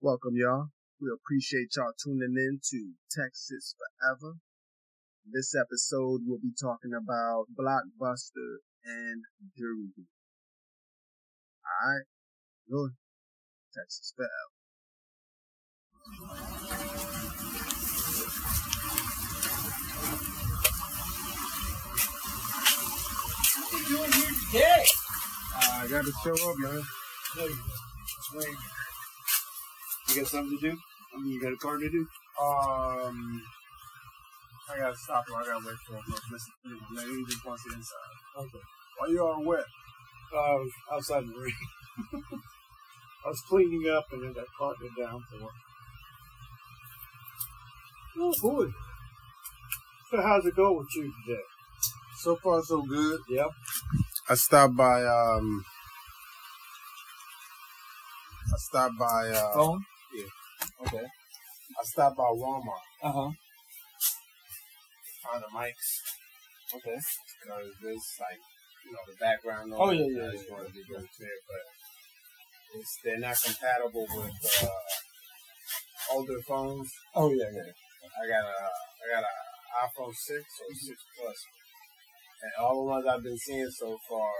Welcome, y'all. We appreciate y'all tuning in to Texas Forever. This episode, we'll be talking about Blockbuster and Derby. All right, good. Texas Forever. doing here today? I got to show up, man. No, you swing. You got something to do? I mean, you got a card to do? Um, I gotta stop him. I gotta wait for him. Look, listen, lady just wants it inside. Okay. Why you all wet? Uh, I was outside in the rain. I was cleaning up and then I caught the downpour. Oh boy. So how's it going with you today? So far, so good. Yep. I stopped by. Um, I stopped by. Uh, Phone? Okay. I stopped by Walmart. Uh huh. Found the mics. Okay. You know, this like you know the background noise. Oh, yeah, yeah, I just yeah, want to be very clear, but it's, they're not compatible with uh, older phones. Oh yeah, yeah. I got a I got a iPhone six or Mm-hmm. six plus, and all the ones I've been seeing so far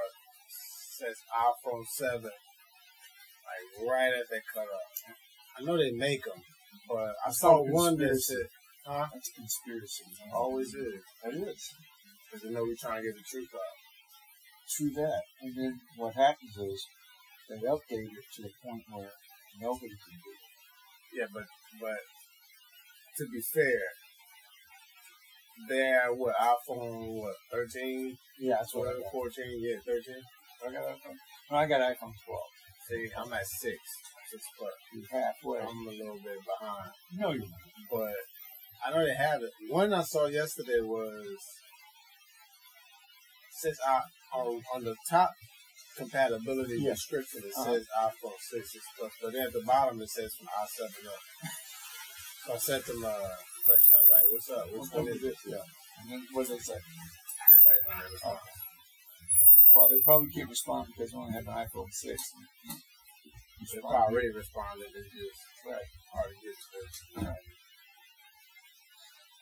says iPhone seven, like right at that cut off. I know they make them, but I saw one that said Huh? That's conspiracy. always is It is. because they know we're trying to get the truth out. True that. And then what happens is they update it to a point where nobody can do it. Yeah, but but to be fair, they're what iPhone what 13, Yeah, that's what I 12, got. 14, yeah thirteen. I got iPhone. No, I got iPhone 12. See, I'm at six, six plus. You're halfway. I'm a little bit behind. No, you're not. but I know they have it. One I saw yesterday was since I on, on the top compatibility Yeah. description it Uh-huh. says iPhone six six plus, but then at the bottom it says from i seven up. So I sent them a question. I was like, "What's up? Which What one is this?" Yeah, And then what did they say? waiting on their response. Oh, Well, they probably can't respond because they only have an iPhone 6. If I already responded, it's just Right. hard to get to. it.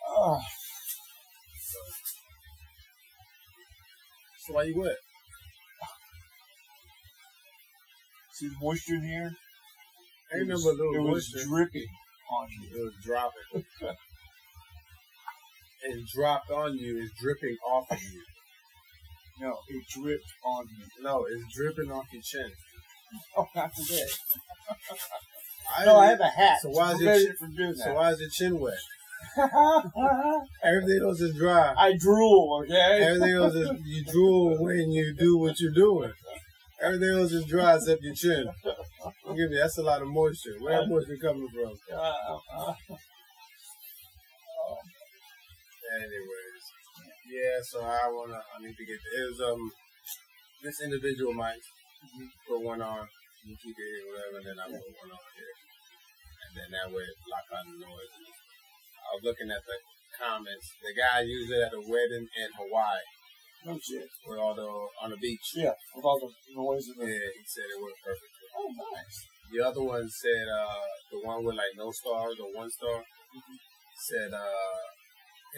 Oh, So why you wet? see the moisture in here? I It was- remember a little moisture. It was dripping on you. It was dropping. it dropped on you. It's dripping off of you. No, it dripped on you. No, it's dripping off your chin. Oh, not today. I No, I have a hat. So why is your Prevented chin- from doing So that? why is your chin wet? Everything else is dry. I drool, okay? Everything else is you drool when you do what you're doing. Everything else is dry except your chin. Give me that's a lot of moisture. Where that moisture coming from? Uh, uh, Anyways, yeah. So I wanna. I need to get. It was um this individual mic put one on. You keep it here, whatever. And then I put one on here, and then that way it block out the noise. I was looking at the comments. The guy used it at a wedding in Hawaii, no oh, shit. where all the on the beach. Yeah, with all the noise and Yeah, the. he said it worked perfect. Oh, nice. The other one said uh the one with like no stars or one star said uh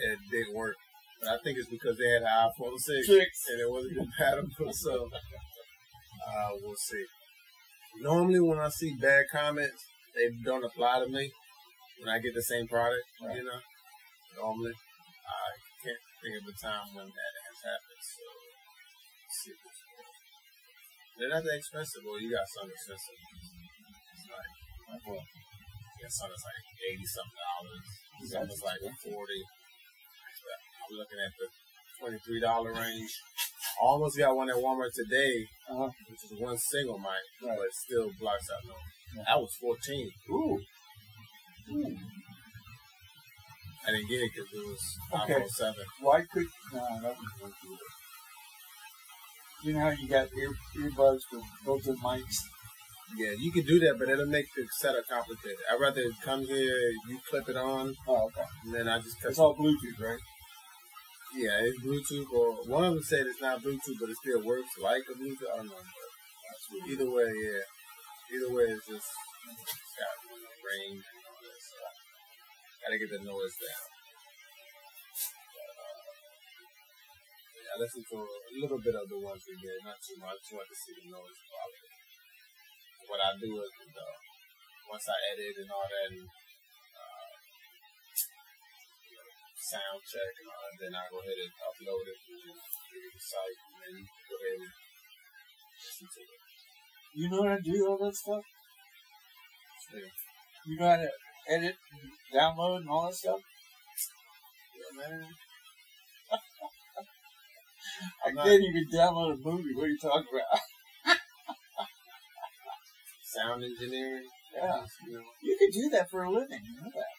it didn't work. But I think it's because they had an iPhone six. Six. and it wasn't compatible. So uh, we'll see. Normally, when I see bad comments, they don't apply to me when I get the same product. You Right. know, normally I can't think of a time when that has happened. So let's see what's going on. They're not that expensive. Well, you got something expensive. It's like Like what? yeah, some is like eighty something dollars. Some is like forty. But I'm looking at the twenty three dollar range. I almost got one at Walmart today, Uh-huh. which is one single mic, Right. but it still blocks out noise. Yeah. That was fourteen. Ooh. Ooh. I didn't get it because it was Okay. iPhone seven. Why could no? That wouldn't work either. You know how you got ear, earbuds with built-in mics? Yeah, you can do that, but it'll make the setup complicated. I'd rather come here, you clip it on, Oh, okay. and then I just cut. It's all Bluetooth, right? yeah, it's Bluetooth or one of them said it's not Bluetooth, but it still works like a Bluetooth. I don't know. But That's weird. Either way, yeah. Either way, it's just it's got one of range and all that stuff. Gotta get the noise down. But, uh, yeah, I listened to a little bit of the ones we did, not too much. I just wanted to see the noise quality. What I do is, uh, once I edit and all that, and, uh, you know, sound check and all that, then I go ahead and upload it and then give it to site and then go ahead and listen to it. You know how to do all that stuff? Yeah. You know how to edit, and download, and all that stuff? Yeah, man. I I'm not- can't even download a movie. What are you talking about? Sound engineering. Yeah. You know. You can do that for a living. You know that?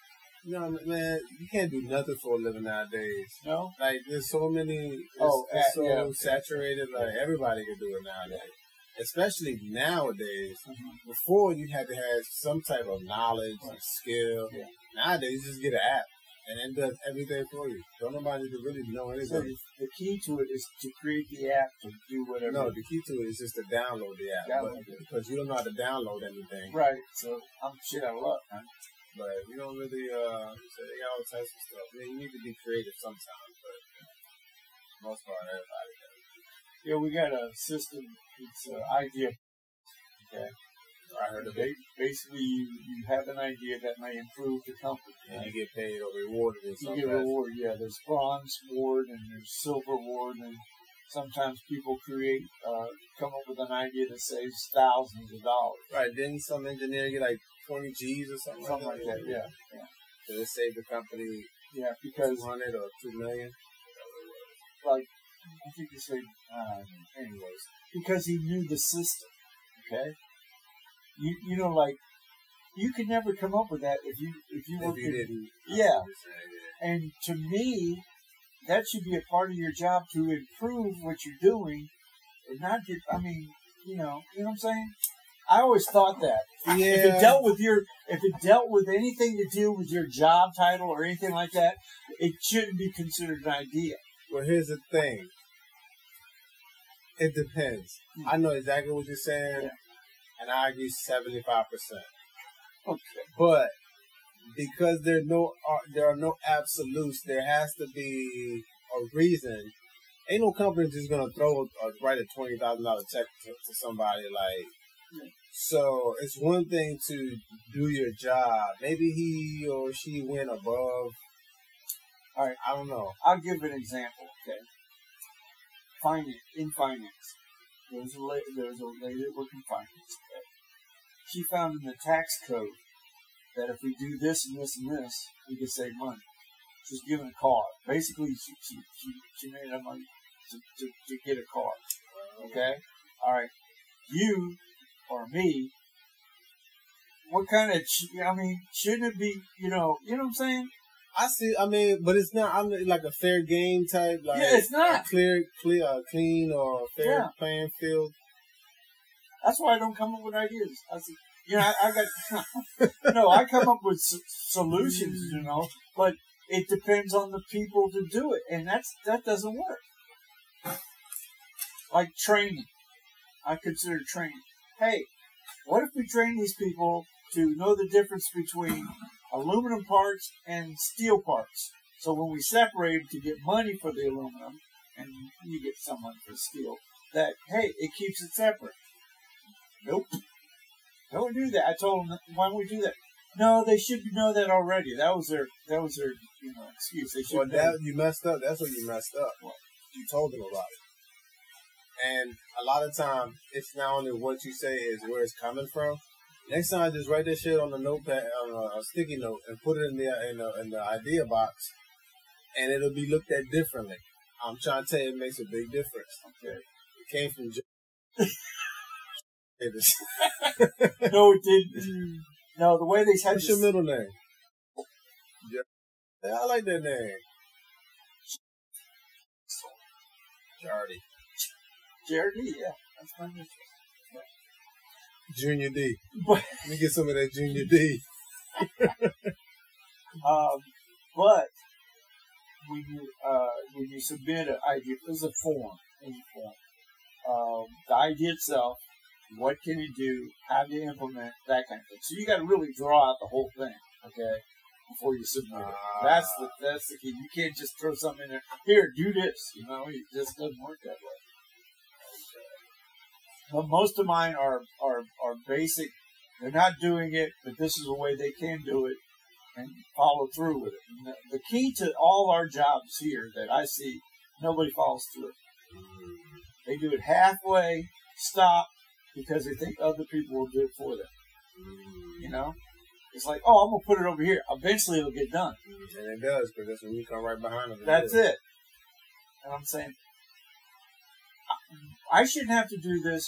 No, man, you can't do nothing for a living nowadays. No? Like, there's so many. It's, Oh, it's uh, so yeah. saturated. Like everybody can do it nowadays, especially nowadays. Mm-hmm. Before you had to have some type of knowledge and Right. skill. Yeah. Nowadays, you just get an app, and it does everything for you. Don't nobody to really know So anything. the, the key to it is to create the app to do whatever. no, the key to it is just to download the app, Download but- it. because you don't know how to download anything. Right. So I'm shit out of luck, man. But we don't really, uh, so they got all types of stuff. I mean, you need to be creative sometimes, but for the most part, everybody does. Yeah, we got a system. It's an idea. Okay. I heard of it. Ba- Basically, you, you have an idea that may improve the company. And you get paid or rewarded in You some get a fashion. reward, yeah. There's bronze award and there's silver award, and sometimes people create, uh, come up with an idea that saves thousands of dollars, Right, didn't some engineer get like 20 G's or something, something like that. Yeah, Did it save the company yeah, because 200 or 2 million? like I think he said, um, anyways, because he knew the system. Okay, you you know like you could never come up with that if you if you If worked you in- didn't. Yeah. Yeah. And to me, that should be a part of your job to improve what you're doing and not get, I mean, you know, you know what I'm saying? I always thought that. If it dealt with your, if it dealt with anything to do with your job title or anything like that, it shouldn't be considered an idea. Well, here's the thing. It depends. Hmm. I know exactly what you're saying, Yeah. and I agree 75%. Okay. But because there no are, there are no absolutes, there has to be a reason. Ain't no company just gonna throw or write a twenty thousand dollar check to, to somebody like. Yeah. So it's one thing to do your job. Maybe he or she went above. All right. I don't know. I'll give an example. Okay. Finance in finance, there was a la- there was a lady that worked in finance. Okay? She found in the tax code that if we do this and this and this, we can save money. She's given a car. Basically, she she she, she made enough money to, to to get a car. Okay. All right. You or me. What kind of? ch- I mean, shouldn't it be? You know. You know what I'm saying? I see. I mean, but it's not. I'm like a fair game type. Like Yeah, it's not. clear, clear, uh, clean, or fair Yeah. playing field. That's why I don't come up with ideas. I said, you know, I, I got no. I come up with s- solutions, you know, but it depends on the people to do it, and that's that doesn't work. Like training, I consider training. Hey, what if we train these people to know the difference between aluminum parts and steel parts? So when we separate them to get money for the aluminum, and you get someone for steel, that hey, it keeps it separate. Nope. Don't do that. I told them, why don't we do that? No, they should know that already. That was their, that was their, you know, excuse. They should. Well, know. that you messed up. That's what you messed up. You told them about it. And a lot of time, it's not only what you say is where it's coming from. Next time, just write that shit on a notepad, on a, a sticky note, and put it in the in the, in the idea box, and it'll be looked at differently. I'm trying to tell you, it makes a big difference. Okay. It came from. J- It is- no, it didn't. No, the way they had What's your this, middle name? Jer- Yeah, I like that name. Jardy. Jared Lee, yeah, that's my name. Junior D. But, Let me get some of that Junior D. um, but when you, uh, when you submit an idea, there's a form, any form. Um, the idea itself, What can you do? How do you implement that kind of thing? So you got to really draw out the whole thing, okay, before you submit Ah. it. That's the that's the key. You can't just throw something in there. Here, do this. You know, it just doesn't work that way. But most of mine are are are basic. They're not doing it, but this is a way they can do it and follow through with it. And the- the key to all our jobs here that I see, nobody follows through. They do it halfway, stop, because they think other people will do it for them. You know, it's like, oh, I'm gonna put it over here. Eventually, it'll get done. And it does, because that's when you come right behind them. That's it. And I'm saying, I- I shouldn't have to do this.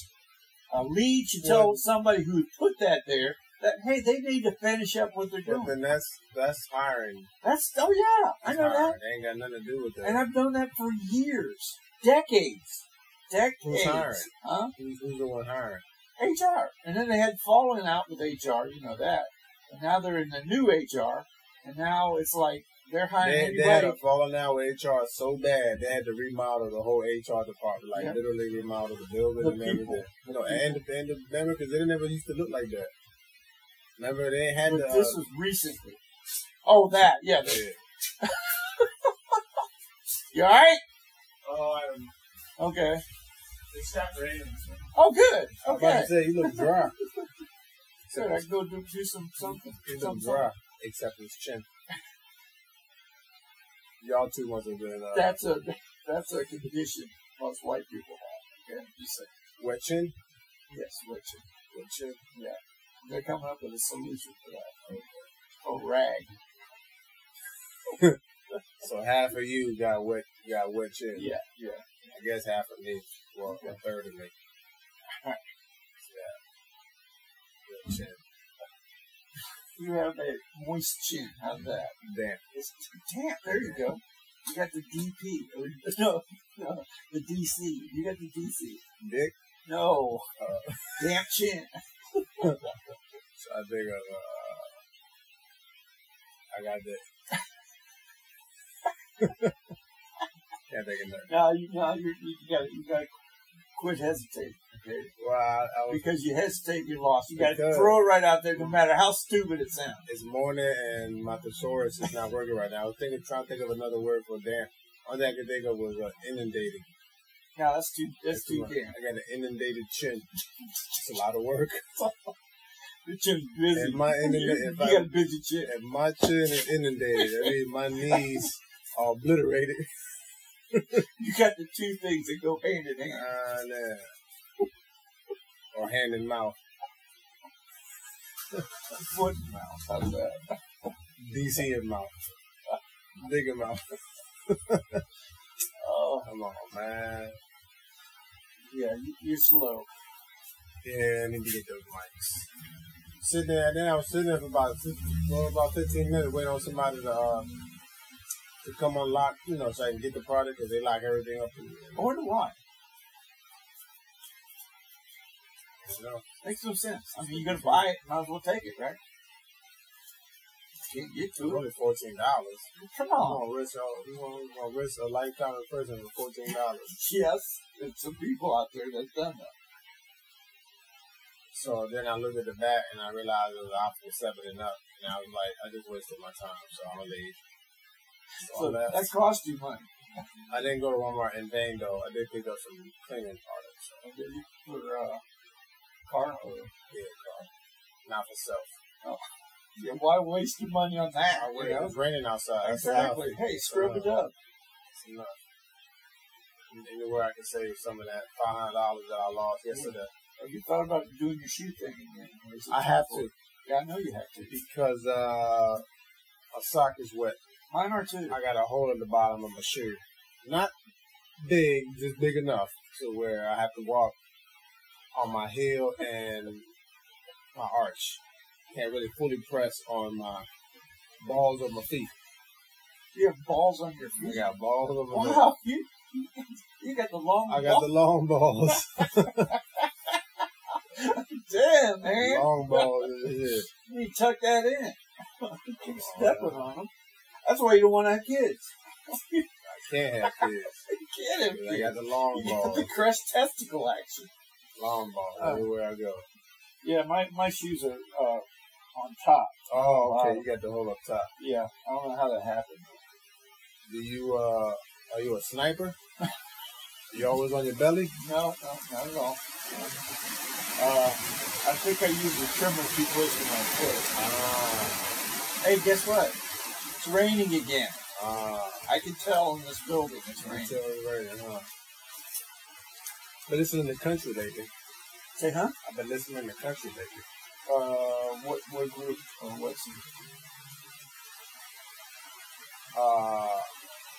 A lead should tell somebody who put that there that hey, they need to finish up what they're But doing. then that's that's hiring. That's oh yeah, I That's know that. hiring. They ain't got nothing to do with that. And I've done that for years, decades, Who's hiring? decades. Huh? who's, who's the one hiring? HR. And then they had fallen out with HR, you know that. And now they're in the new HR, and now it's like they're hiring They, they had anybody. a falling out with HR so bad they had to remodel the whole HR department, like Yeah. literally remodel the building The and people. everything. You know, and the, and the remember because they never used to look like that. Remember they had But the. this uh, was recently. Oh, that yeah. the- yeah. You all right? Oh, I'm. Okay. It stopped raining. So. Oh, good. I was about Okay. to say you look dry. Good. Except I it's- can go do, do some something. you look something. dry, except his chin. Y'all two wasn't good. Uh, That's a that's a condition most white people have. Okay. Just say uh, wet chin, yes, Richard. wet chin. They're coming up with a solution for that. Oh, rag. So half of you got wet, got wet chin. Yeah, yeah. I guess half of me, well, a third of me. yeah. Wet chin. You have a moist chin. How's that? Damn. It's damn. There you go. You got the DP. Or, no, no, the DC. You got the DC. Dick. No, Uh, damn chin. so I think of, uh, I got this. Can't think of nothing. Now you now you you got you got to quit hesitating. Okay. Well, I, I was Because you hesitate, you're lost. You got to Because- throw it right out there, no matter how stupid it sounds. it's morning and my thesaurus is not working right now. I was thinking, trying to think of another word for damn. All that I could think of was uh, inundated. No, that's too. That's too much. damn. I got an inundated chin. It's a lot of work. Your chin's busy. If my internet- you, if you I- got a busy chin. If my chin is inundated, I mean my knees are obliterated. You got the two things that go hand in hand. Ah, nah. Or hand and mouth. Foot and mouth. How's that? DC and mouth. Bigger mouth. Oh, Come on, man. yeah. you- You're slow. Yeah, I need to get those mics. Sitting there, then I was sitting there for about well, about 15 minutes waiting on somebody to uh, to come unlock, you know, so I can get the product because they lock everything up. I wonder why. You know? Makes no sense. I mean, you're gonna buy it, might as well take it, right? Can't get It was to it. only fourteen dollars. I'm Come on. gonna risk, a- you know, I'm gonna risk a lifetime in prison for fourteen dollars. Yes, there's some people out there that's done that. So then I looked at the back and I realized it was option seven and up, and I was like, I just wasted my time, so I'm gonna leave. So, I So left. that cost you money. I didn't go to Walmart in vain though. I did pick up some cleaning products. So Okay, you- For uh, car oil. yeah, car. Not for self. Yeah, why waste your money on that? I you went, know? It was raining outside. Oh, That's Exactly. enough. Hey, scrub it up. It's enough. Anywhere I can save some of that five hundred dollars that I lost yesterday. Have you thought about doing your shoe thing again? Or is it I have time to for- Yeah, I know you have to. because uh, a sock is wet. Mine are too. I got a hole in the bottom of my shoe. Not big, just big enough to where I have to walk on my heel and my arch. Can't really fully press on my balls of my feet. You have balls on your I feet. got balls on my Wow, you you got the long. I got the long balls. damn man. long balls. yeah. You need to tuck that in. You keep Oh, stepping on them. That's why you don't want to have kids. you I can't have kids. can't have I got kids. the long You got the balls. crushed testicle action. Long ball Oh. everywhere I go. Yeah, my, my shoes are uh, on top. Oh, okay. Wow. You got the hole up top. Yeah, I don't know how that happened. Do you uh are you a sniper? you always on your belly? No, no, not at all. Uh, I think I used the trimmer to keep wasting my foot. Ah, Hey, guess what? It's raining again. ah. I can tell in this building it's Right. raining. Right, huh? But this is in the country lately. Say, huh? I've been listening in the country lately. Uh, what what group or what's Uh,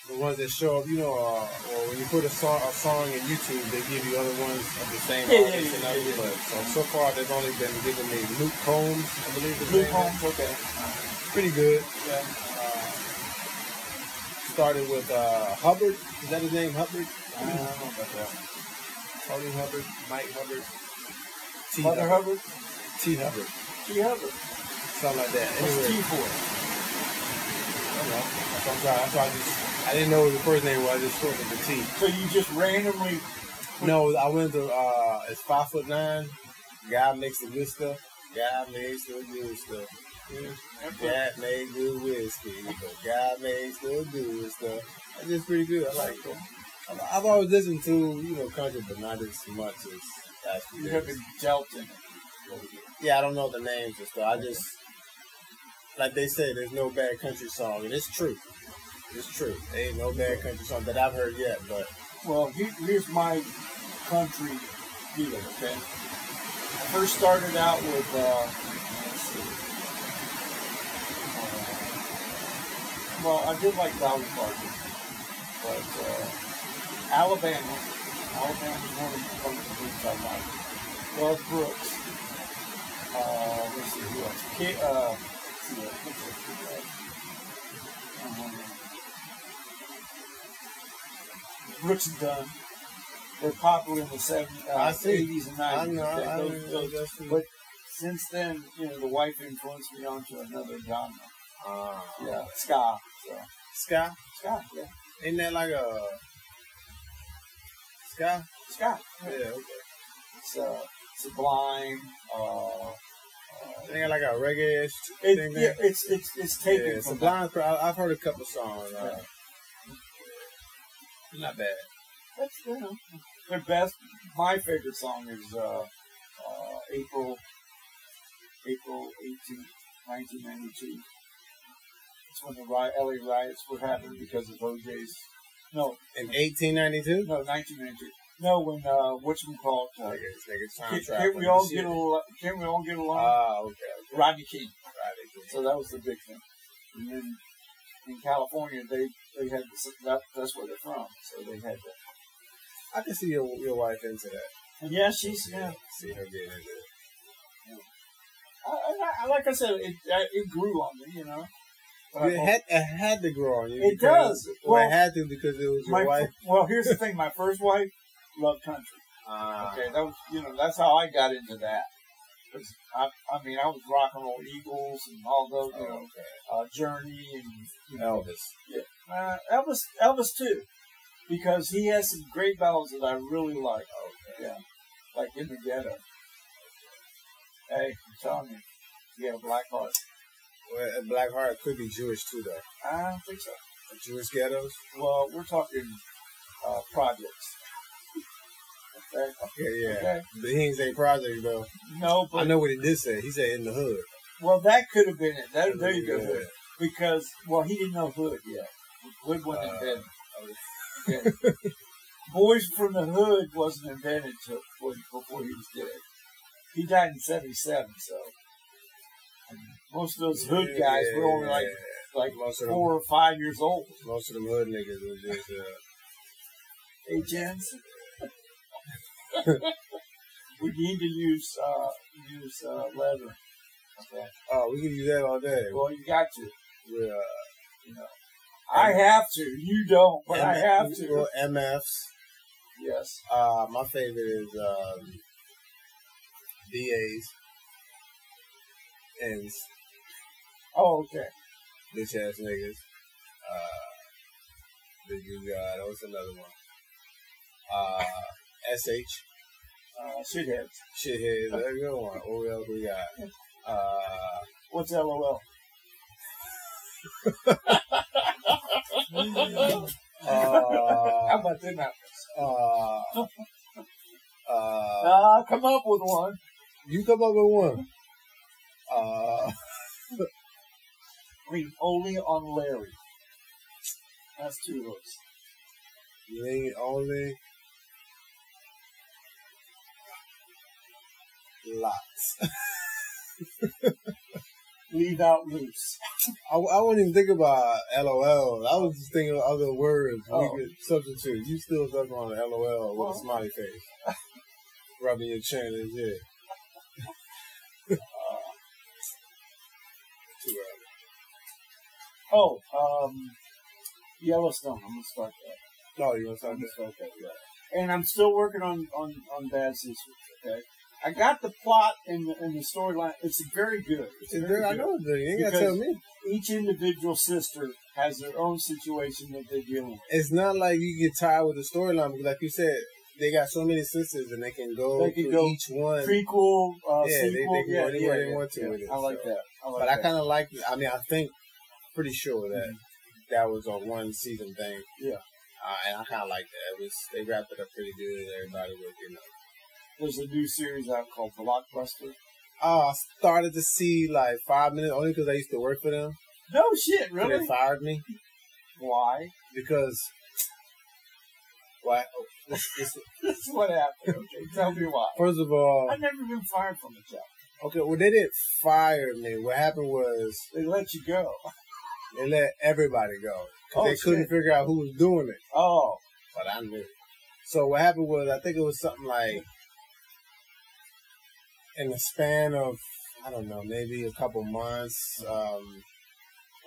the ones that show up, you know, uh, or when you put a song, a song in YouTube, they give you other ones of the same Yeah, yeah, artist yeah, and yeah, other. yeah, But yeah. so, so far, they've only been giving me Luke Combs, I believe his Blue name is. Homes? Okay. Pretty good. Yeah. Uh, started with uh, Hubbard. Is that his name, Hubbard? I don't know about that. Tony Hubbard, Mike Hubbard, T Mother Hubbard, Hubbard? T Hubbard, She Hubbard. something like that. What's Anyway, T for? I'm sorry. That's why I just I didn't know what the first name was. I just shortened the T. So you just randomly. No, I went to uh, it's five foot nine. Guy makes the good stuff. God makes the good stuff. God made good whiskey, but God makes the good stuff. That's just pretty good. I like it. I've- I've always listened to you know country, but not as much as as You haven't dealt in it. Yeah, I don't know the names and stuff. I just like they say, there's no bad country song, and it's true. It's true. There ain't no bad country song that I've heard yet, but Well, here, here's my country deal, okay? I first started out with, uh, let's see. Uh, well, I did like Dolly Parton, but uh, Alabama, Alabama's one of the country groups I like. Love Brooks. Uh, let's see, who else? Ki uh, let's see, I think that's, uh, um, Brooks and Dunn. They're popular in the 70s, uh, I see. 80s and 90s. I know. okay? I, I Those- know those- that's but since then, you know, the wife influenced me onto another genre. uh, Yeah, ska. So Sky, ska, yeah, ain't that like a Sky? ska. Yeah, Yeah. okay. So Sublime. Uh, uh, They got like a reggae it, thing. yeah, there. it's it's it's taken yeah, from Sublime. Pro- I- I've heard a couple songs. Uh, Not bad. That's you know, their best. My favorite song is uh, uh, April April 18, 1992. It's when the riot, LA riots were happening because of OJ's. No, In 1892. No, 1992. No, when uh, whatchamacallit, uh, Niggas- niggas time can't, traveling can't we and all shit. get along? Can't we all get along? Ah, okay. okay. Rodney King. Right, okay. So that was the big thing. And then in California, they they had this, that, that's where they're from, so they had that. I can see your your wife into that. And yeah, she's yeah. See her getting into it. I, I, I, like I said, it I, it grew on me, you know. But I- It had it had to grow on you. It because- does. Well, Well, it had to because it was your my, wife. well, here's the thing. My first wife loved country. Ah, Okay, that was you know that's how I got into that. 'Cause I, I mean I was rock and roll Eagles and all those you know okay. uh, Journey and you know Elvis. uh, Elvis Elvis too because he has some great ballads that I really like Oh, Okay. yeah like in the ghetto. Hey, I'm telling you, yeah, Blackheart. Well, and Black Heart could be Jewish too, though. I don't think so. Jewish ghettos. Well, we're talking uh, projects. Okay. Okay, yeah. Okay. But he ain't say project though. No, I but know what he did say. He said in the hood. well, that could have been it. That, there you go. Yeah. Because well, he didn't know Hood yet. Hood wasn't Uh, invented. okay. Yeah. Boys from the Hood wasn't invented till was- before he was dead. He died in '77, so most of those Hood guys were only like like most of them, four or five years old. most of them hood niggas was just uh, Hey, gents. we need to use uh, use uh, leather. Okay. oh we can use that all day. Well, you got to. We're, uh, You know, I have to. You don't, but I M- have to. well, MFs. Yes. Uh, my favorite is um, DAs and s- Oh, okay. bitch ass niggas. Uh, the you got what's another one? Uh, SH. uh, shitheads. Shitheads, that's a good one. What else we got? Uh, What's LOL? How uh, about them apples? uh, uh, Uh, come up with one. you come up with one. Uh, I mean, only on Larry. That's two of those. Ling only. Lots. Leave out loose. I, I wouldn't even think about LOL. I was just thinking of other words Oh. we could substitute. You still stuck on LOL with Well. a smiley face, rubbing your chin and yeah. Too early. Oh, um, Yellowstone. I'm gonna start that. No, you want I'm something? gonna start that. Yeah. And I'm still working on on on Bad Sisters. Okay. I got the plot and the, and the storyline. It's very good. It's Is very there- I good. know it's there. You ain't gotta Because- tell me. Each individual sister has their own situation that they're dealing with. It's not like you get tired with the storyline. because Like you said, they got so many sisters and they can go They can through go each one. Prequel, uh, Yeah, they- they sequel. can go yeah, anywhere yeah, they yeah, want to yeah. with it, I like so. that. I like but that. Mm-hmm. I kind of like. I mean, I think pretty sure that that was a one season thing. Yeah. Uh, and I kind of like that. It was they wrapped it up pretty good. Everybody was you know. There's a new series out called Blockbuster. Oh, I started to see like five minutes only because I used to work for them. No shit, So really? They fired me Why? because. Why? This, this, That's what happened. Okay, tell me why. first of all, I've never been fired from a job. okay. Well, they didn't fire me. What happened was They let you go. they let everybody go. 'Cause Oh, they couldn't shit. figure out who was doing it. Oh, but I knew. So what happened was, I think it was something like in the span of I don't know, maybe a couple months, um,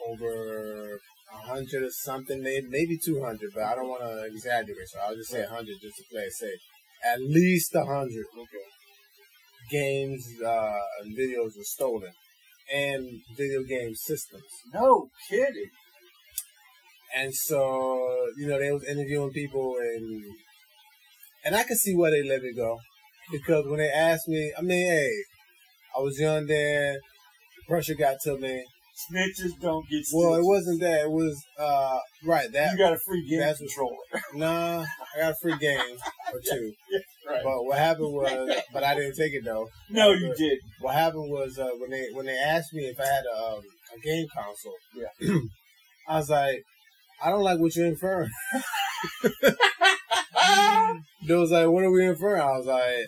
over a hundred or something, maybe maybe two hundred, but I don't want to exaggerate, so I'll just say a hundred just to play it safe. At least a hundred okay. games uh, and videos were stolen, and video game systems. No kidding. And so, you know, they was interviewing people and and I could see why they let me go. Because when they asked me, I mean, hey, I was young then, pressure got to me. Snitches don't get stitches. Well, it wasn't that, it was uh right, that you got a free game that's- controller. nah, I got a free game or two. Right. But what happened was but I didn't take it though. no, you did. what happened was uh, when they when they asked me if I had a, um, a game console, yeah, I was like, I don't like what you're inferring. they was like, what are we inferring? I was like,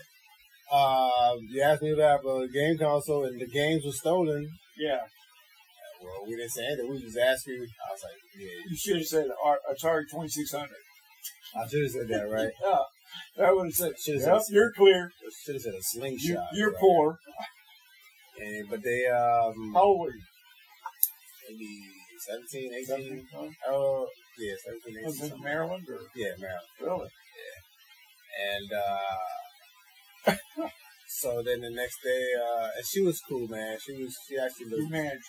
uh, you asked me if I have a game console and the games were stolen. Yeah. Well, we didn't say anything. We just asked you. I was like, yeah, You should have said Ar- Atari 2600. I should have said that, right? Yeah. I would have said, Should've "Yep, said- you're I clear. should have said a You, slingshot. you're right? poor. And, but they, um, How old were you? maybe 17, 18, Something, huh? oh, yeah, 17, 18. Was it something. Maryland or Yeah, Maryland. really? And uh, so then the next day, uh, and she was cool, man. She was she actually You looked, managed.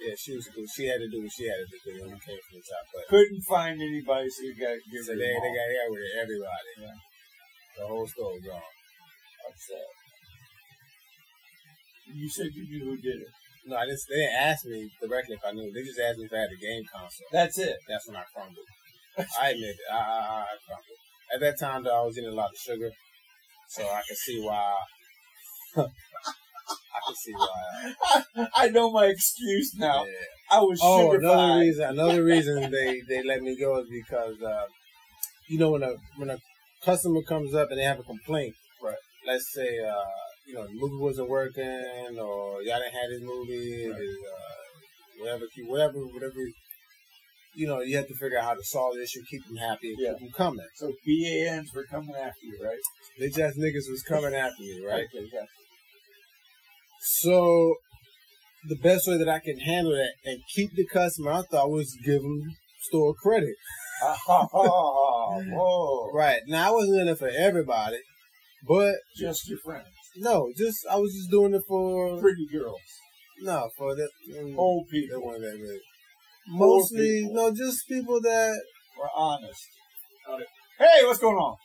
yeah, she was cool. She had to do what she had to do because it only came from the top. But Couldn't find anybody, so you got to give so her they, your they mom. got here with everybody. Yeah. The whole store gone. upset. You said you knew who did it. No, I just they didn't ask me directly if I knew. They just asked me if I had the game console. That's it. That's when I crumbled. I admit it. I, I, I I crumbled. At that time, though, I was eating a lot of sugar, so I could see why. I could see why. I know my excuse now. Yeah. I was Oh, sugar another high. reason. Another reason they they let me go is because uh, you know when a when a customer comes up and they have a complaint, Right. Let's say uh, you know the movie wasn't working or y'all didn't have this movie, Right. is, uh, whatever, keep- whatever, whatever. You know, you have to figure out how to solve the issue, keep them happy, and Yeah. keep them coming. So BANs were coming after you, right? They just niggas was coming after me, right? Okay, yeah. So the best way that I can handle that and keep the customer, I thought was give them store credit. Whoa. Right. Now I wasn't in it for everybody, but Just your friends. no, just I was just doing it for Pretty girls. no for the Hmm. mm, Old They people weren't that many. Old Mostly people. no, just people that were honest. Got it. Hey, what's going on?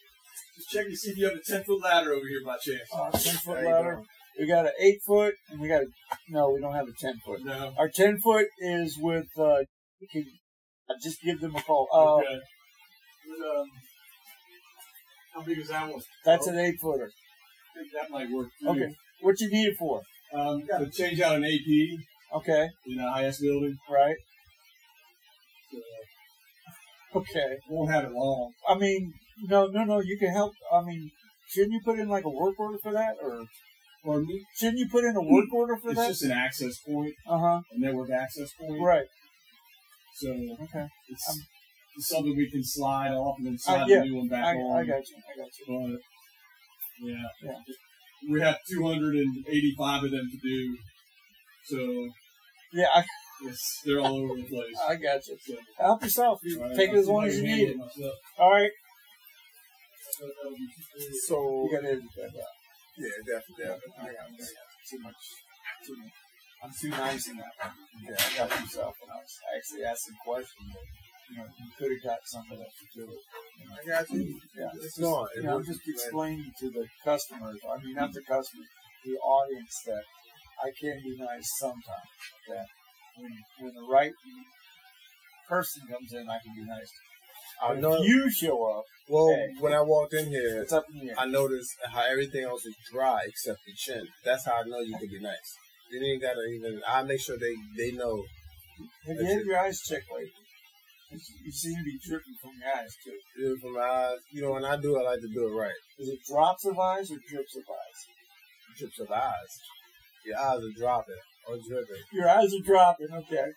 Just checking to see if you have a 10 foot ladder over here by chance. Uh, ten foot There you ladder. We got an eight foot, and we got a, no. We don't have a ten foot. No. Our ten foot is with. Uh, you can uh, just give them a call. Uh, okay. But, um, how big is that one? That's an eight footer. I think that might work. Too. Okay. What you need it for? Um, got to change out an AP Okay. in a highest building. Right. So, Okay. won't have it long. I mean, no, no, no. You can help. I mean, shouldn't you put in like a work order for that, or Or me. shouldn't you put in a work order for Hmm. It's that? just an access point, Uh huh. a network access point. Right. So Okay. it's, Um, it's something we can slide off and then slide yeah, the new one I, back I got you. on. I got you. But yeah, Yeah. we have 285 of them to do, so Yeah, I, it's, they're all over the place. I got you. So, Help yourself. Uh, You I- take I it as can long as you handle need it it. myself. All right. I thought that would be too big. You So got to edit that out. yeah, definitely, definitely. I got it. Too much. Too much. I'm too nice in that. one. Yeah, I got myself, and I was actually asking questions. But, you know, you could have got somebody else to do it. you know. I got you. Yeah, It's it's not. you know, I'm just explaining to the customers, I mean, not the customers, the audience that I can be nice sometimes. That when, when the right person comes in, I can be nice. I But know. if you show up, well, Hey. when I walked in here, it's up in the air. I noticed how everything else was dry except the chin. That's how I know you can be nice. You didn't gotta even. I make sure they they know. Have you had your eyes checked lately? You s- You seem to be dripping from your eyes, too. Even from my eyes, you know, when I do, it, I like to do it right. Is it drops of eyes or drips of eyes? Drips of eyes. Your eyes are dropping or dripping. Your eyes are dropping, okay.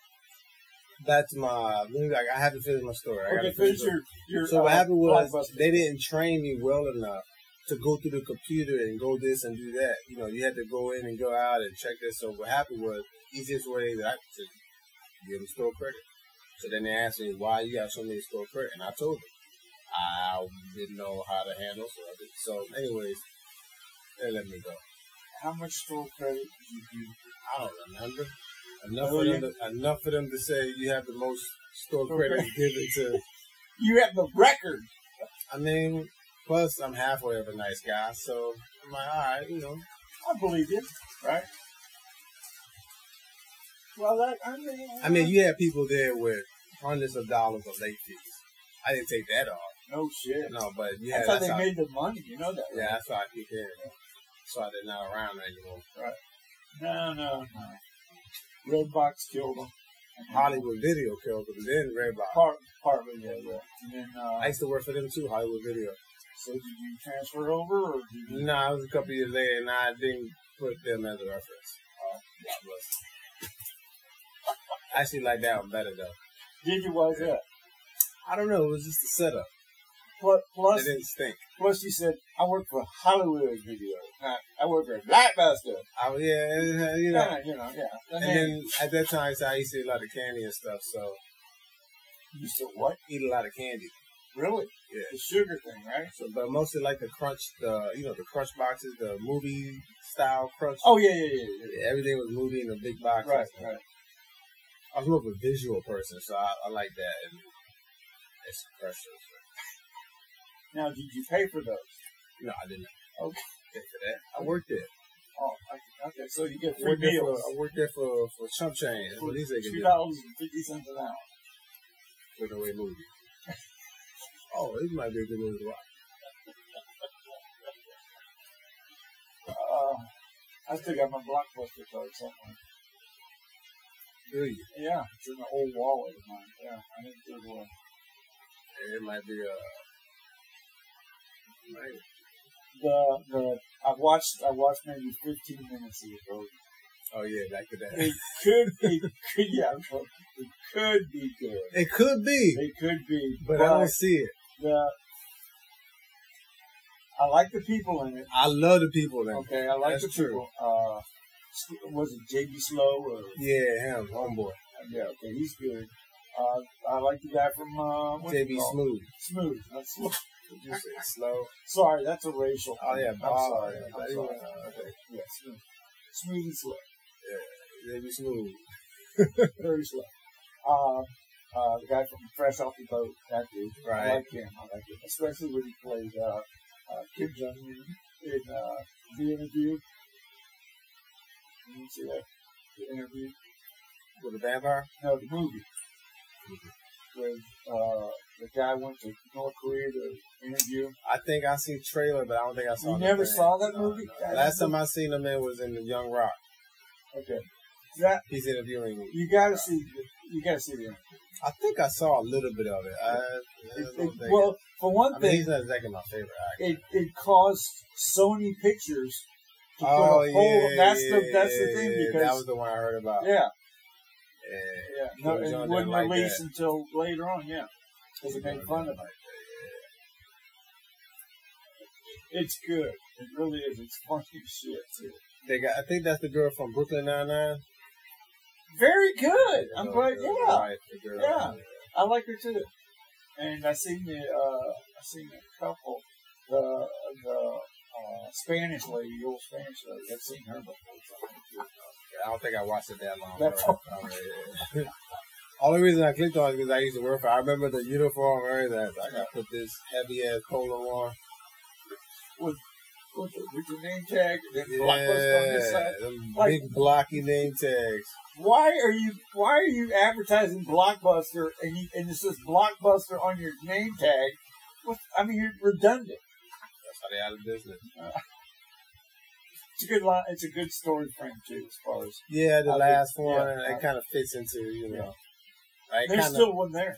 That's my. Let me, like, I have to finish my story. I Okay, gotta finish it. your, your So what uh, happened was blockbuster. they didn't train me well enough to go through the computer and go this and do that. You know, you had to go in and go out and check this. So what happened was easiest way that I could give them store credit. So then they asked me why you have so many store credit, and I told them I didn't know how to handle. So I did. So anyways, they let me go. How much store credit did you do? I don't remember. Enough Oh, for, them yeah. to, enough for them to say you have the most store Store credit given to. You have the record. I mean, plus I'm halfway of a nice guy, so I'm like, all right, you know. I believe you, right? Well, that, I mean, I mean, you had people there with hundreds of dollars of late fees. I didn't take that off, no Oh, shit. no, but I yeah, thought that's they how, made the money. You know that, yeah, right? that's how I keep hearing. it. So they're not around anymore. No, no, no. Redbox killed them. Hollywood Video killed them, then Redbox. Part, partly, yeah, yeah. And then, uh, I used to work for them too, Hollywood Video. so did you transfer over, or did you? No, it was a couple years later, and I didn't put them as a reference. Oh, God bless. I actually like that one better though. Did you? Why is Yeah. that? I don't know, it was just the setup. Plus, It plus, didn't stink. plus, you said I work for Hollywood Video. Not, I work for Blockbuster. I, yeah, uh, you know. Yeah, you know, yeah. And then at that time, so I used to eat a lot of candy and stuff, so you said what? eat a lot of candy. Really? Yeah. The sugar thing, right? So, but mostly like the crunch, the you know the crunch boxes, the movie style crunch. Oh yeah, yeah, yeah, yeah. Yeah, everything was movie in the big boxes. Right, right. I was more of a visual person, so I, I like that. And it's precious. Now, did you pay for those? No, I didn't. Okay. pay for that. I worked there. Oh, I- okay. So you get I free worked there, for, meals. I worked there for for chump change. That's for what these niggas Two do dollars and fifty cents an hour. for the way movie. Oh, this might be a good movie to watch. Uh, I still got my blockbuster card somewhere. Do you? Yeah, it's in the old wallet of mine. Yeah, I didn't throw it away. It might be a. Might, The the I watched I watched maybe fifteen minutes of it. bro. oh yeah, back to that. It could be could yeah bro, it could be good. It could be, It could be, but I don't see it. the I like the people in it. I love the people then. Okay, I like That's the true. people. Uh, S- was it J.B. Slow? Or, Yeah, him, homeboy, yeah, okay, he's good. Uh, I like the guy from uh, what's it JB called? Smooth. Smooth. That's Smooth. Did you say slow? Sorry, that's a racial. Oh yeah, thing. I'm Bob. sorry. yeah, I'm sorry. yeah, okay. Yeah, Smooth. Smooth and slow. JB Smooth. Very slow. Uh, uh, the guy from Fresh Off the Boat. That dude. I Right. like him. I like him, especially when he played uh, uh, Kim Jong Un in uh, the interview. You see that? The interview. With a vampire? No, the movie. When uh, the guy went to North Korea to interview. I think I seen trailer, but I don't think I saw. You the never man. saw that No, movie? no. That Last is- time I seen him in was in the Young Rock. Okay. That He's interviewing me. you gotta see. You gotta see the interview. I think I saw a little bit of it. I, I It, don't it, think- well, for one I mean, thing, he's not exactly my favorite actor. it, it caused Sony Pictures to oh put a yeah, whole. that's the yeah, that's the yeah, thing yeah, that was because the one I heard about. yeah, Yeah. yeah, Kim no, Jong it didn't wouldn't like release that. until later on. Yeah, because it made fun of it. It's good. It really is. It's funny as shit too. They got. I think that's the girl from Brooklyn Nine Nine. Very good. I'm Oh, glad. Yeah, Yeah. yeah. I like her too. And I seen the uh, I seen a couple the the uh, Spanish lady, the old Spanish lady. I've seen her before. I don't think I watched it that long. That's- bro. Oh, yeah. Only reason I clicked on it because I used to work for. I remember the uniform or that. I got to put this heavy ass polo on. With the, with the name tag, and then Yeah, blockbuster on this side. them Like- big blocky name tags. Why are you Why are you advertising Blockbuster and you, and it says Blockbuster on your name tag? What I mean, you're redundant. That's how they out of business. It's a good line. It's a good story frame too, as far as Yeah, the I think- last one. yeah, I- it kind of fits into you know. I there's kinda- still one there.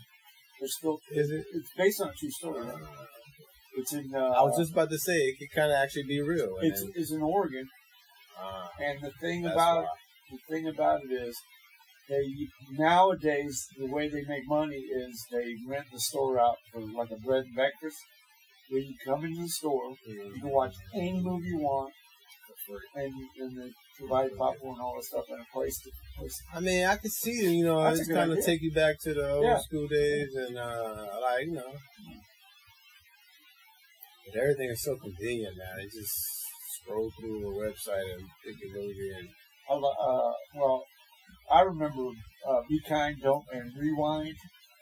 There's still is it? it's based on a true story. right? It's in. Uh, I was just about to say it could kind of actually be real. and It's, then- it's in Oregon, Ah, and the thing that's about why. the thing about it is, they nowadays the way they make money is they rent the store out for like a bread and breakfast. Where you come into the store, you can watch any movie you want, and, and they provide popcorn and all that stuff, and a place to place. I mean, I can see you know, That's a it's good kind of idea. take you back to the old Yeah. school days, and uh, like you know, but everything is so convenient now. You just scroll through the website and pick a movie, and I lo- Uh, well, I remember uh, Be Kind, Don't, and Rewind.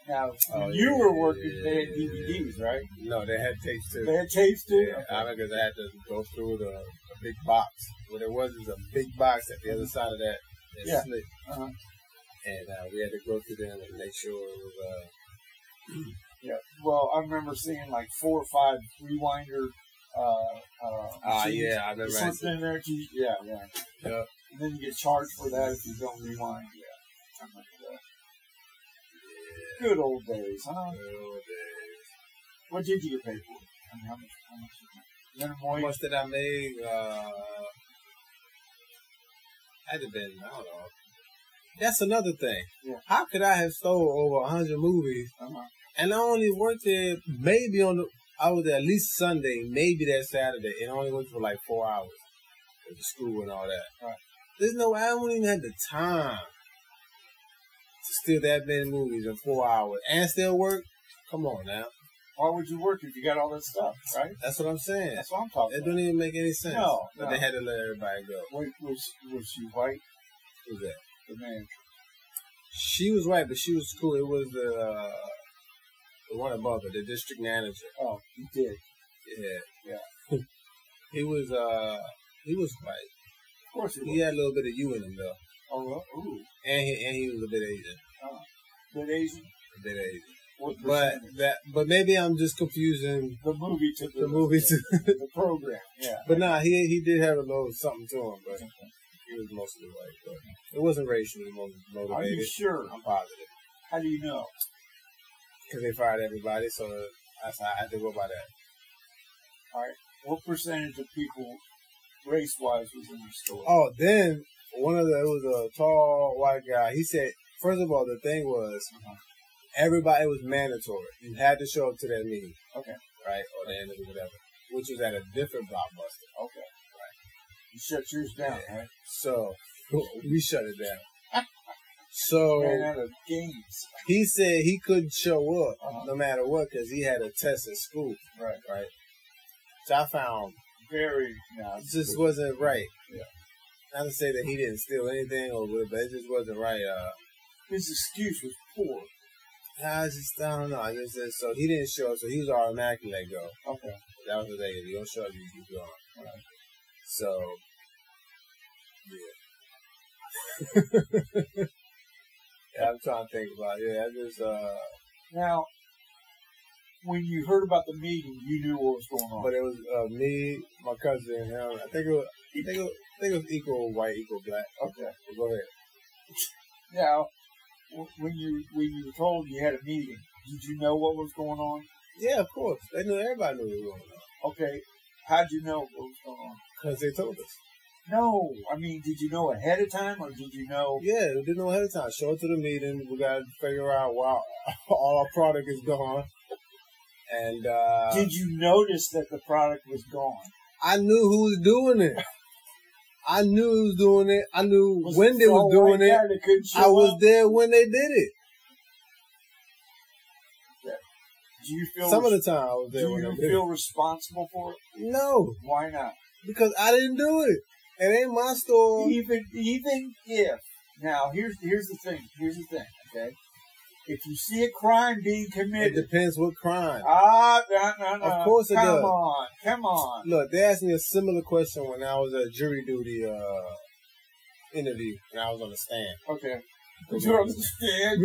Now, when Oh, you yeah, were yeah, working, yeah, they had yeah, DVDs, right? no, they had tapes too. They had tapes too. Yeah, I mean, because I had to go through the a big box. What it was is a big box at the other side of that, that Yeah. slit. Uh-huh. And uh, we had to go through them and make sure it was. Uh, Yeah. Well, I remember seeing like four or five rewinder. Uh, uh, ah, machines. yeah, I remember. I Slipped in there. To, yeah, yeah. Yeah. And then you get charged for that if you don't rewind. Yeah. I remember that. Good old days, huh? Oh, What did you get paid for? I mean, how much? How much? You got? How Minimum wage? much did I make? Uh, had to been, I don't know. That's another thing. Yeah. How could I have stole over 100 movies Uh-huh. and I only worked there maybe on the, I was there at least Sunday, maybe that Saturday, and I only worked for like four hours with the school and all that. Right. There's no, I don't even have the time to steal that many movies in four hours and still work. Come on now, Why would you work if you got all that stuff, right? that's what I'm saying. That's what I'm talking It about. don't even make any sense. No, but no. they had to let everybody go. Wait, was was she white? Who's that? The man. She was right, but she was cool. It was the uh, the one above her, the district manager. Oh, he did. Of Yeah, Yeah. he was uh, he was white. course he He was. had a little bit of you in him though, Oh, well, ooh, and he and he was a bit Asian, good Asian. a bit Asian. What But percentage? that, but maybe I'm just confusing the movie to the, the movie too. the program. Yeah. But nah, he he did have a little something to him, but he was mostly white. But it wasn't racially mo- Are you motivated. sure? I'm positive. How do you know? because they fired everybody. So that's how I had to go by that. What percentage of people, race wise, was in your store? Oh, then one of the it was a tall white guy. He said, first of all, the thing was Uh-huh. everybody it was mandatory. You had to show up to that meeting, Okay. right, or the end of whatever, which was at a different blockbuster. Okay. You shut yours down, right? So we shut it down. So Ran out of games. he said he couldn't show up Uh-huh. no matter what because he had a test at school, Right. right? So I found Very. No, It just wasn't right. Yeah. Not to say that he didn't steal anything or what, but it just wasn't right. Uh, his excuse was poor. I just I don't know. I just, so he didn't show, up, so he was automatically let go. Okay. That was the day. If you don't show up, you, you gone. Right. So, yeah. yeah, I'm trying to think about it. Yeah, I just, uh, Now, when you heard about the meeting, you knew what was going on. but it was uh, me, my cousin, and him. I think it was, I think it was, I think it was equal white, equal black. okay. But go ahead. Now, w- when you when you were told you had a meeting, did you know what was going on? Yeah, of course. They knew everybody knew what was going on Okay. How'd you know what was going on? because they told us. No, I mean, did you know ahead of time, or did you know? Yeah, we didn't know ahead of time. Show up to the meeting. We got to figure out why all our product is gone. And uh, Did you notice that the product was gone? I knew who was doing it. I knew who was doing it. I knew Was when it they was all doing right it. there, they couldn't show I was up? there when they did it. Do you feel? Some of res- the time I was there do when you they did feel responsible for it? it. No, Why not? because I didn't do it. It ain't my store. Even even if now here's here's the thing. Here's the thing. Okay, if you see a crime being It committed, depends what crime. ah, no, no, no. Of course it come does. on, come on. Look, they asked me a similar question when I was at jury duty uh, interview, and I was on the stand. Okay, But you understand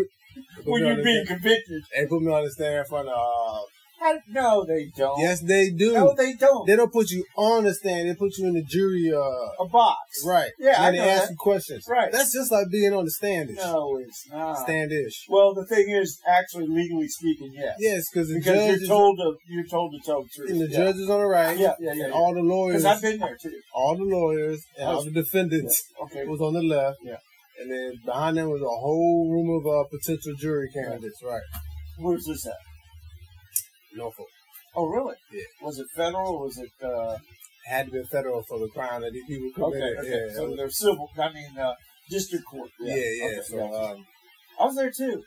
when Put me you're on the being stand- convicted. they put me on the stand in front of. Uh, I, no, they don't. yes, they do. no, they don't. They don't put you on the stand. They put you in the jury. Uh, a box. Right. Yeah, I And they know ask that. you questions. Right. That's just like being on the standish. No, it's not. Standish. Well, the thing is, actually, legally speaking, yes. Yes, because the Because judge you're is, told to you're told to tell the truth. and the yeah. judge is on the right. Yeah, yeah, yeah, And yeah. all the lawyers, Because I've been there too. all the lawyers, and I all was- the defendants Okay. was on the left. Yeah. And then behind them was a whole room of uh, potential jury candidates. Right. Where's this at? Norfolk Oh, really? Yeah. Was it federal or was it? Uh, had to be federal for the crime that these people okay. committed. okay. Yeah. So they're civil. I mean, uh, district court. yeah, Yeah. yeah. Okay, so, yeah. um, I was there too.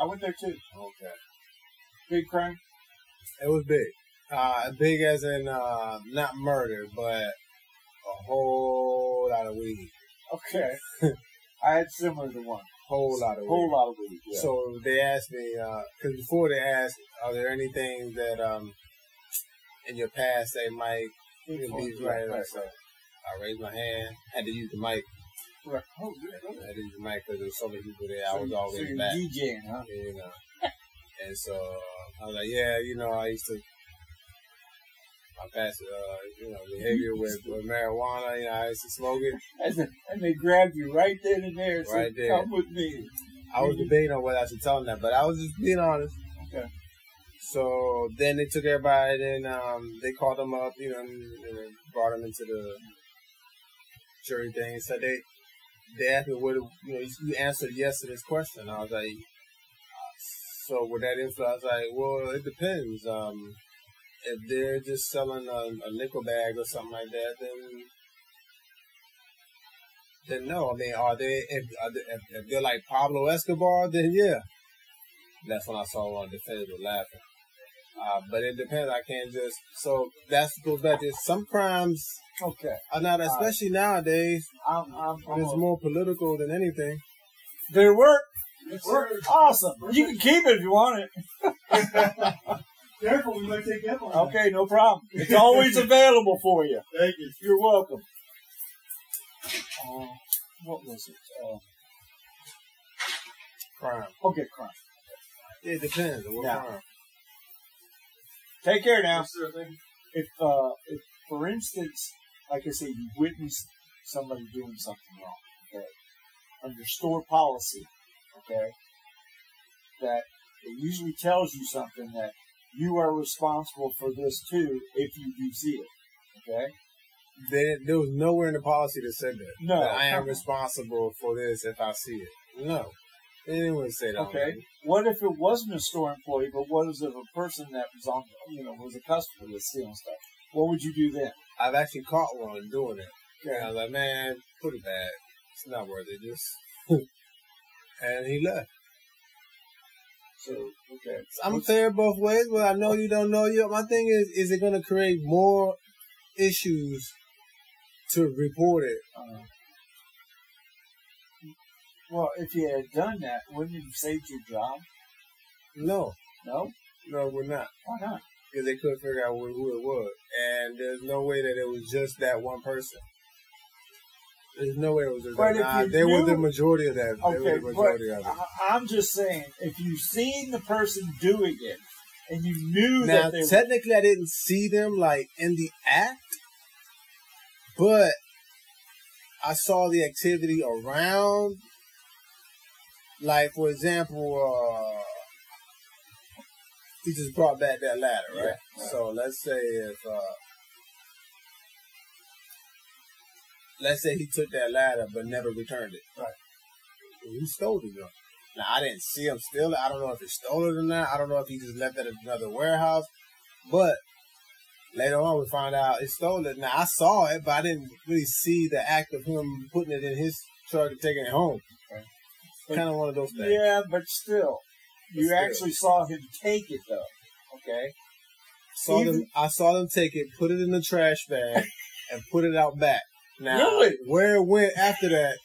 I went there too. okay. Big crime. It was big. Uh, big as in uh, not murder, but a whole lot of weed. Okay. I had similar to one. Whole lot of weed. Whole lot of weed. Yeah. So they asked me because before they asked, are there any things that um in your past they might be Influence, right? right, Oh, right, So I raised my hand. Had to use the mic. right. Oh, good. I had to use the mic because there was so many people there. I So, was you- always so you're back. DJing, huh? you know. and so uh, I was like, yeah, you know, I used to my past, uh, you know, behavior with, with marijuana. You know, I used to smoke it. As a, and they grabbed you right then and there. and said, Right there. Come with me. I was debating on whether I should tell them that, but I was just being honest. Okay. So then they took everybody, and um, they called them up, you know, and, and they brought them into the jury thing. So they they asked me, "What you know? You answered yes to this question." I was like, "So would that influence?" I was like, "Well, it depends. Um, if they're just selling a, a nickel bag or something like that, then." Then no, I mean, are they if, are they if if they're like Pablo Escobar, then yeah. That's when I saw one of the defenders were laughing. Uh, but it depends. I can't just so that's goes back to some crimes Okay. are not, especially nowadays. I'm. Uh, I'm. when I'm It's a- more political than anything. Did it work? Yes, Work. sir. Awesome. You can keep it if you want it. Careful, we might take that one. Okay, no problem. It's always available for you. Thank you. You're welcome. Uh, what was it? Uh, Crime. okay, crime. It depends. on What Yeah. crime? Take care now. Yes, sir. Thank you. If, uh, if, for instance, like I say, you witnessed somebody doing something wrong, okay, under store policy, okay, that it usually tells you something that you are responsible for this too if you do see it, okay? There, there was nowhere in the policy that said that. No. That I am Okay. responsible for this if I see it. No, they didn't say that. Okay. What if it wasn't a store employee, but what is if a person that was on, you know, was a customer that's stealing stuff? What would you do then? I've actually caught one doing it. And I was like, man, put it back. It's not worth it. Just. and he left. So, okay. I'm fair both ways, but I know you don't know you. My thing is, is it going to create more issues to report it? Uh, well, if you had done that, wouldn't it have saved your job? No, No? no, we're not. Why not? because they couldn't figure out who, who it was. And there's no way that it was just that one person. There's no way it was just But that. if Nah, you they were the knew- majority of that. they Okay, were the majority of but it. I, I'm just saying, if you've seen the person doing it and you knew Now, that they were, technically, I didn't see them like in the act, but I saw the activity around. Like, for example, uh, he just brought back that ladder, right? Yeah, right. So let's say if, uh, let's say he took that ladder but never returned it. Right. He stole it, though. Now I didn't see him steal it. I don't know if he stole it or not. I don't know if he just left it at another warehouse. But later on, we found out he stole it. Now I saw it, but I didn't really see the act of him putting it in his truck and taking it home. Right. It's kind of one of those things. yeah, but still, But you still. actually saw him take it though. Okay, Saw Even- them. I saw them take it, put it in the trash bag, and put it out back. Now Really? where it went after that?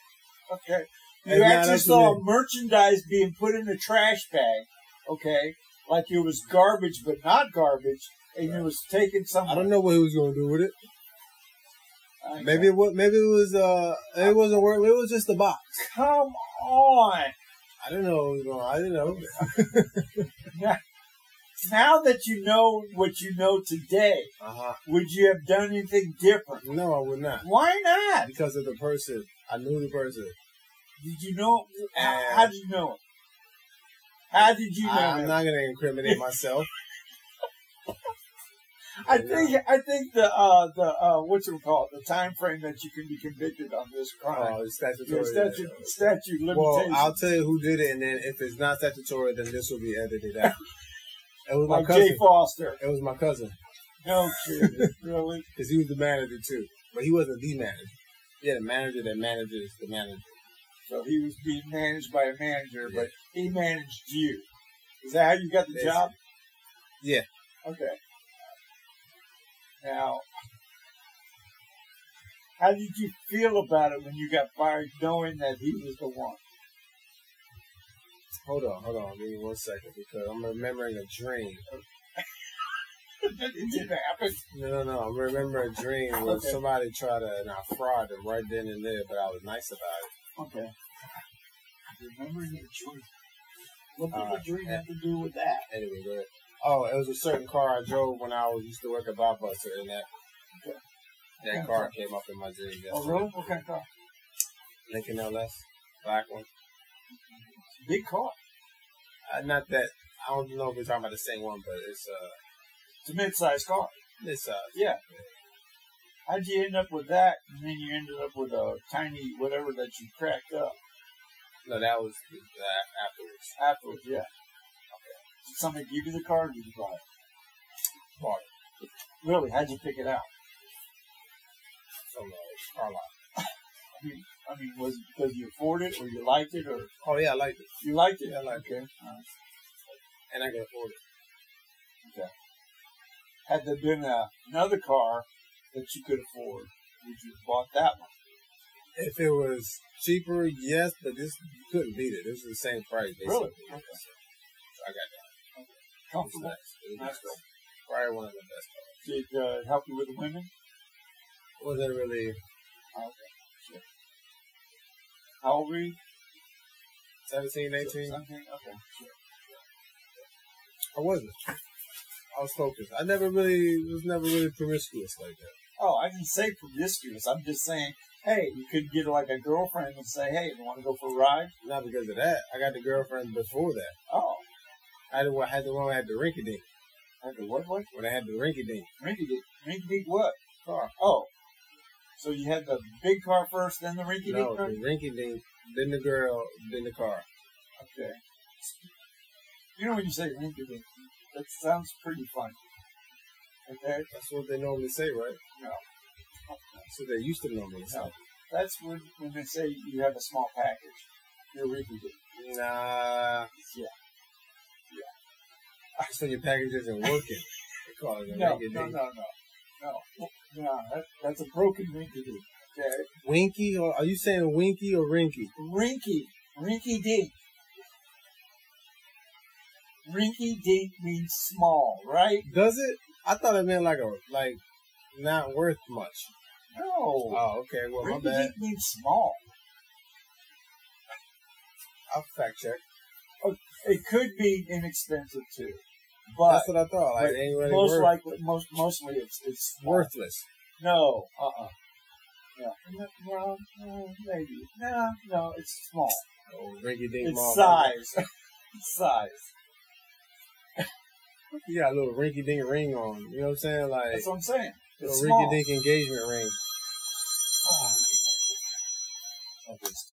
okay. You And now actually that's saw what merchandise being put in the trash bag. Okay, like it was garbage, but not garbage, and it was taken somewhere. I don't know what he was gonna do with it. I Maybe it was. Maybe it was. Uh, it wasn't work. It was just a box. Come on. I didn't know. What was going on. I didn't know. Now that you know what you know today, Uh huh. would you have done anything different? No, I would not. Why not? Because of the person. I knew the person. Did you know? How, Uh, how did you know it? How did you know? I, am it? not gonna incriminate myself. I think I think the uh, the uh, what's it called the time frame that you can be convicted on this crime. Oh, it's statutory. Your statute statute Well, limitations. I'll tell you who did it, and then if it's not statutory, then this will be edited out. It was my like cousin. Jay Foster. It was my cousin. No kidding, really. because he was the manager too, but he wasn't the manager. He had a manager that manages the manager. So he was being managed by a manager, Yeah. but he managed you. Is that how you got the Basically. job? Yeah. Okay. Now, how did you feel about it when you got fired, knowing that he was the one? Hold on, hold on, give me one second because I'm remembering a dream. it didn't happen. No, no, no, I'm remembering a dream where Okay. somebody tried to and I fraud them right then and there, but I was nice about it. Okay. Remembering your dream. What did Alright. the dream have to do with that? Anyway, go ahead. Oh, it was a certain car I drove when I was used to work at Blockbuster, and that Okay. that car came up in my dream. yesterday. Oh, really? What kind of car? Lincoln LS, black one. Big car. Uh, not that I don't know if we're talking about the same one, but it's uh, It's a mid-sized car. it's uh, Yeah. How'd you end up with that, and then you ended up with a tiny whatever that you cracked up no, that was uh, afterwards. afterwards? Yeah. Okay. Did somebody give you the car, or did you buy it? Bought it. Really? How'd you pick it out? from uh, Carlisle. I mean, I mean, was it because you afford it, or you liked it, or Oh yeah, I like it, you liked it? Yeah, I liked okay. Alright. and I can afford it. Had there been a, another car that you could afford, would you have bought that one? If it was cheaper, yes, but this you couldn't beat it. This is the same price, basically. Really? So Okay. I got that. It's Comfortable? nice. It was Nice nice. Probably one of the best. cars. Did uh, it help you with the women? Wasn't really How old were you? 17, 18. Something? Okay. Sure. I wasn't. I was focused. I never really was never really promiscuous like that. Oh, I didn't say promiscuous. I'm just saying, hey, you could get like a girlfriend and say, hey, you want to go for a ride? Not because of that. I got the girlfriend before that. Oh, I had the one, had the one that had the rinky dink okay, what, what? when I had the rinky dink Rinky dink. Rinky dink what? car. Oh, so you had the big car first, then the rinky dink No, car? the rinky dink, then the girl, then the car. Okay. You know when you say rinky dink, that sounds pretty funny. Okay? That's what they normally say, right? No. That's what they used to normally say. No. That's when, when they say you have a small package. You're rinky dink. Nah. Yeah. That's when your package isn't working. They call it a No, rinky no, dink. no, no. No, no, that, that's a broken rinky dink. Okay? Winky? Or, are you saying winky or rinky? Rinky. Rinky Dink. Rinky dink means small, right? Does it? I thought it meant like a like not worth much. No. Oh, okay. Well, my rinky bad. dink means small. I'll fact check. It could be inexpensive too, but That's what I thought. Like, but it ain't really most worth, likely, most mostly it's it's small. worthless. No. Uh. uh Yeah. No, Well, uh, maybe. No. No. It's small. Oh, rinky dink It's size. size. You got a little rinky dink ring on. You know what I'm saying? Like That's what I'm saying. a It's rinky small. dink engagement ring. Oh, I like that. Of this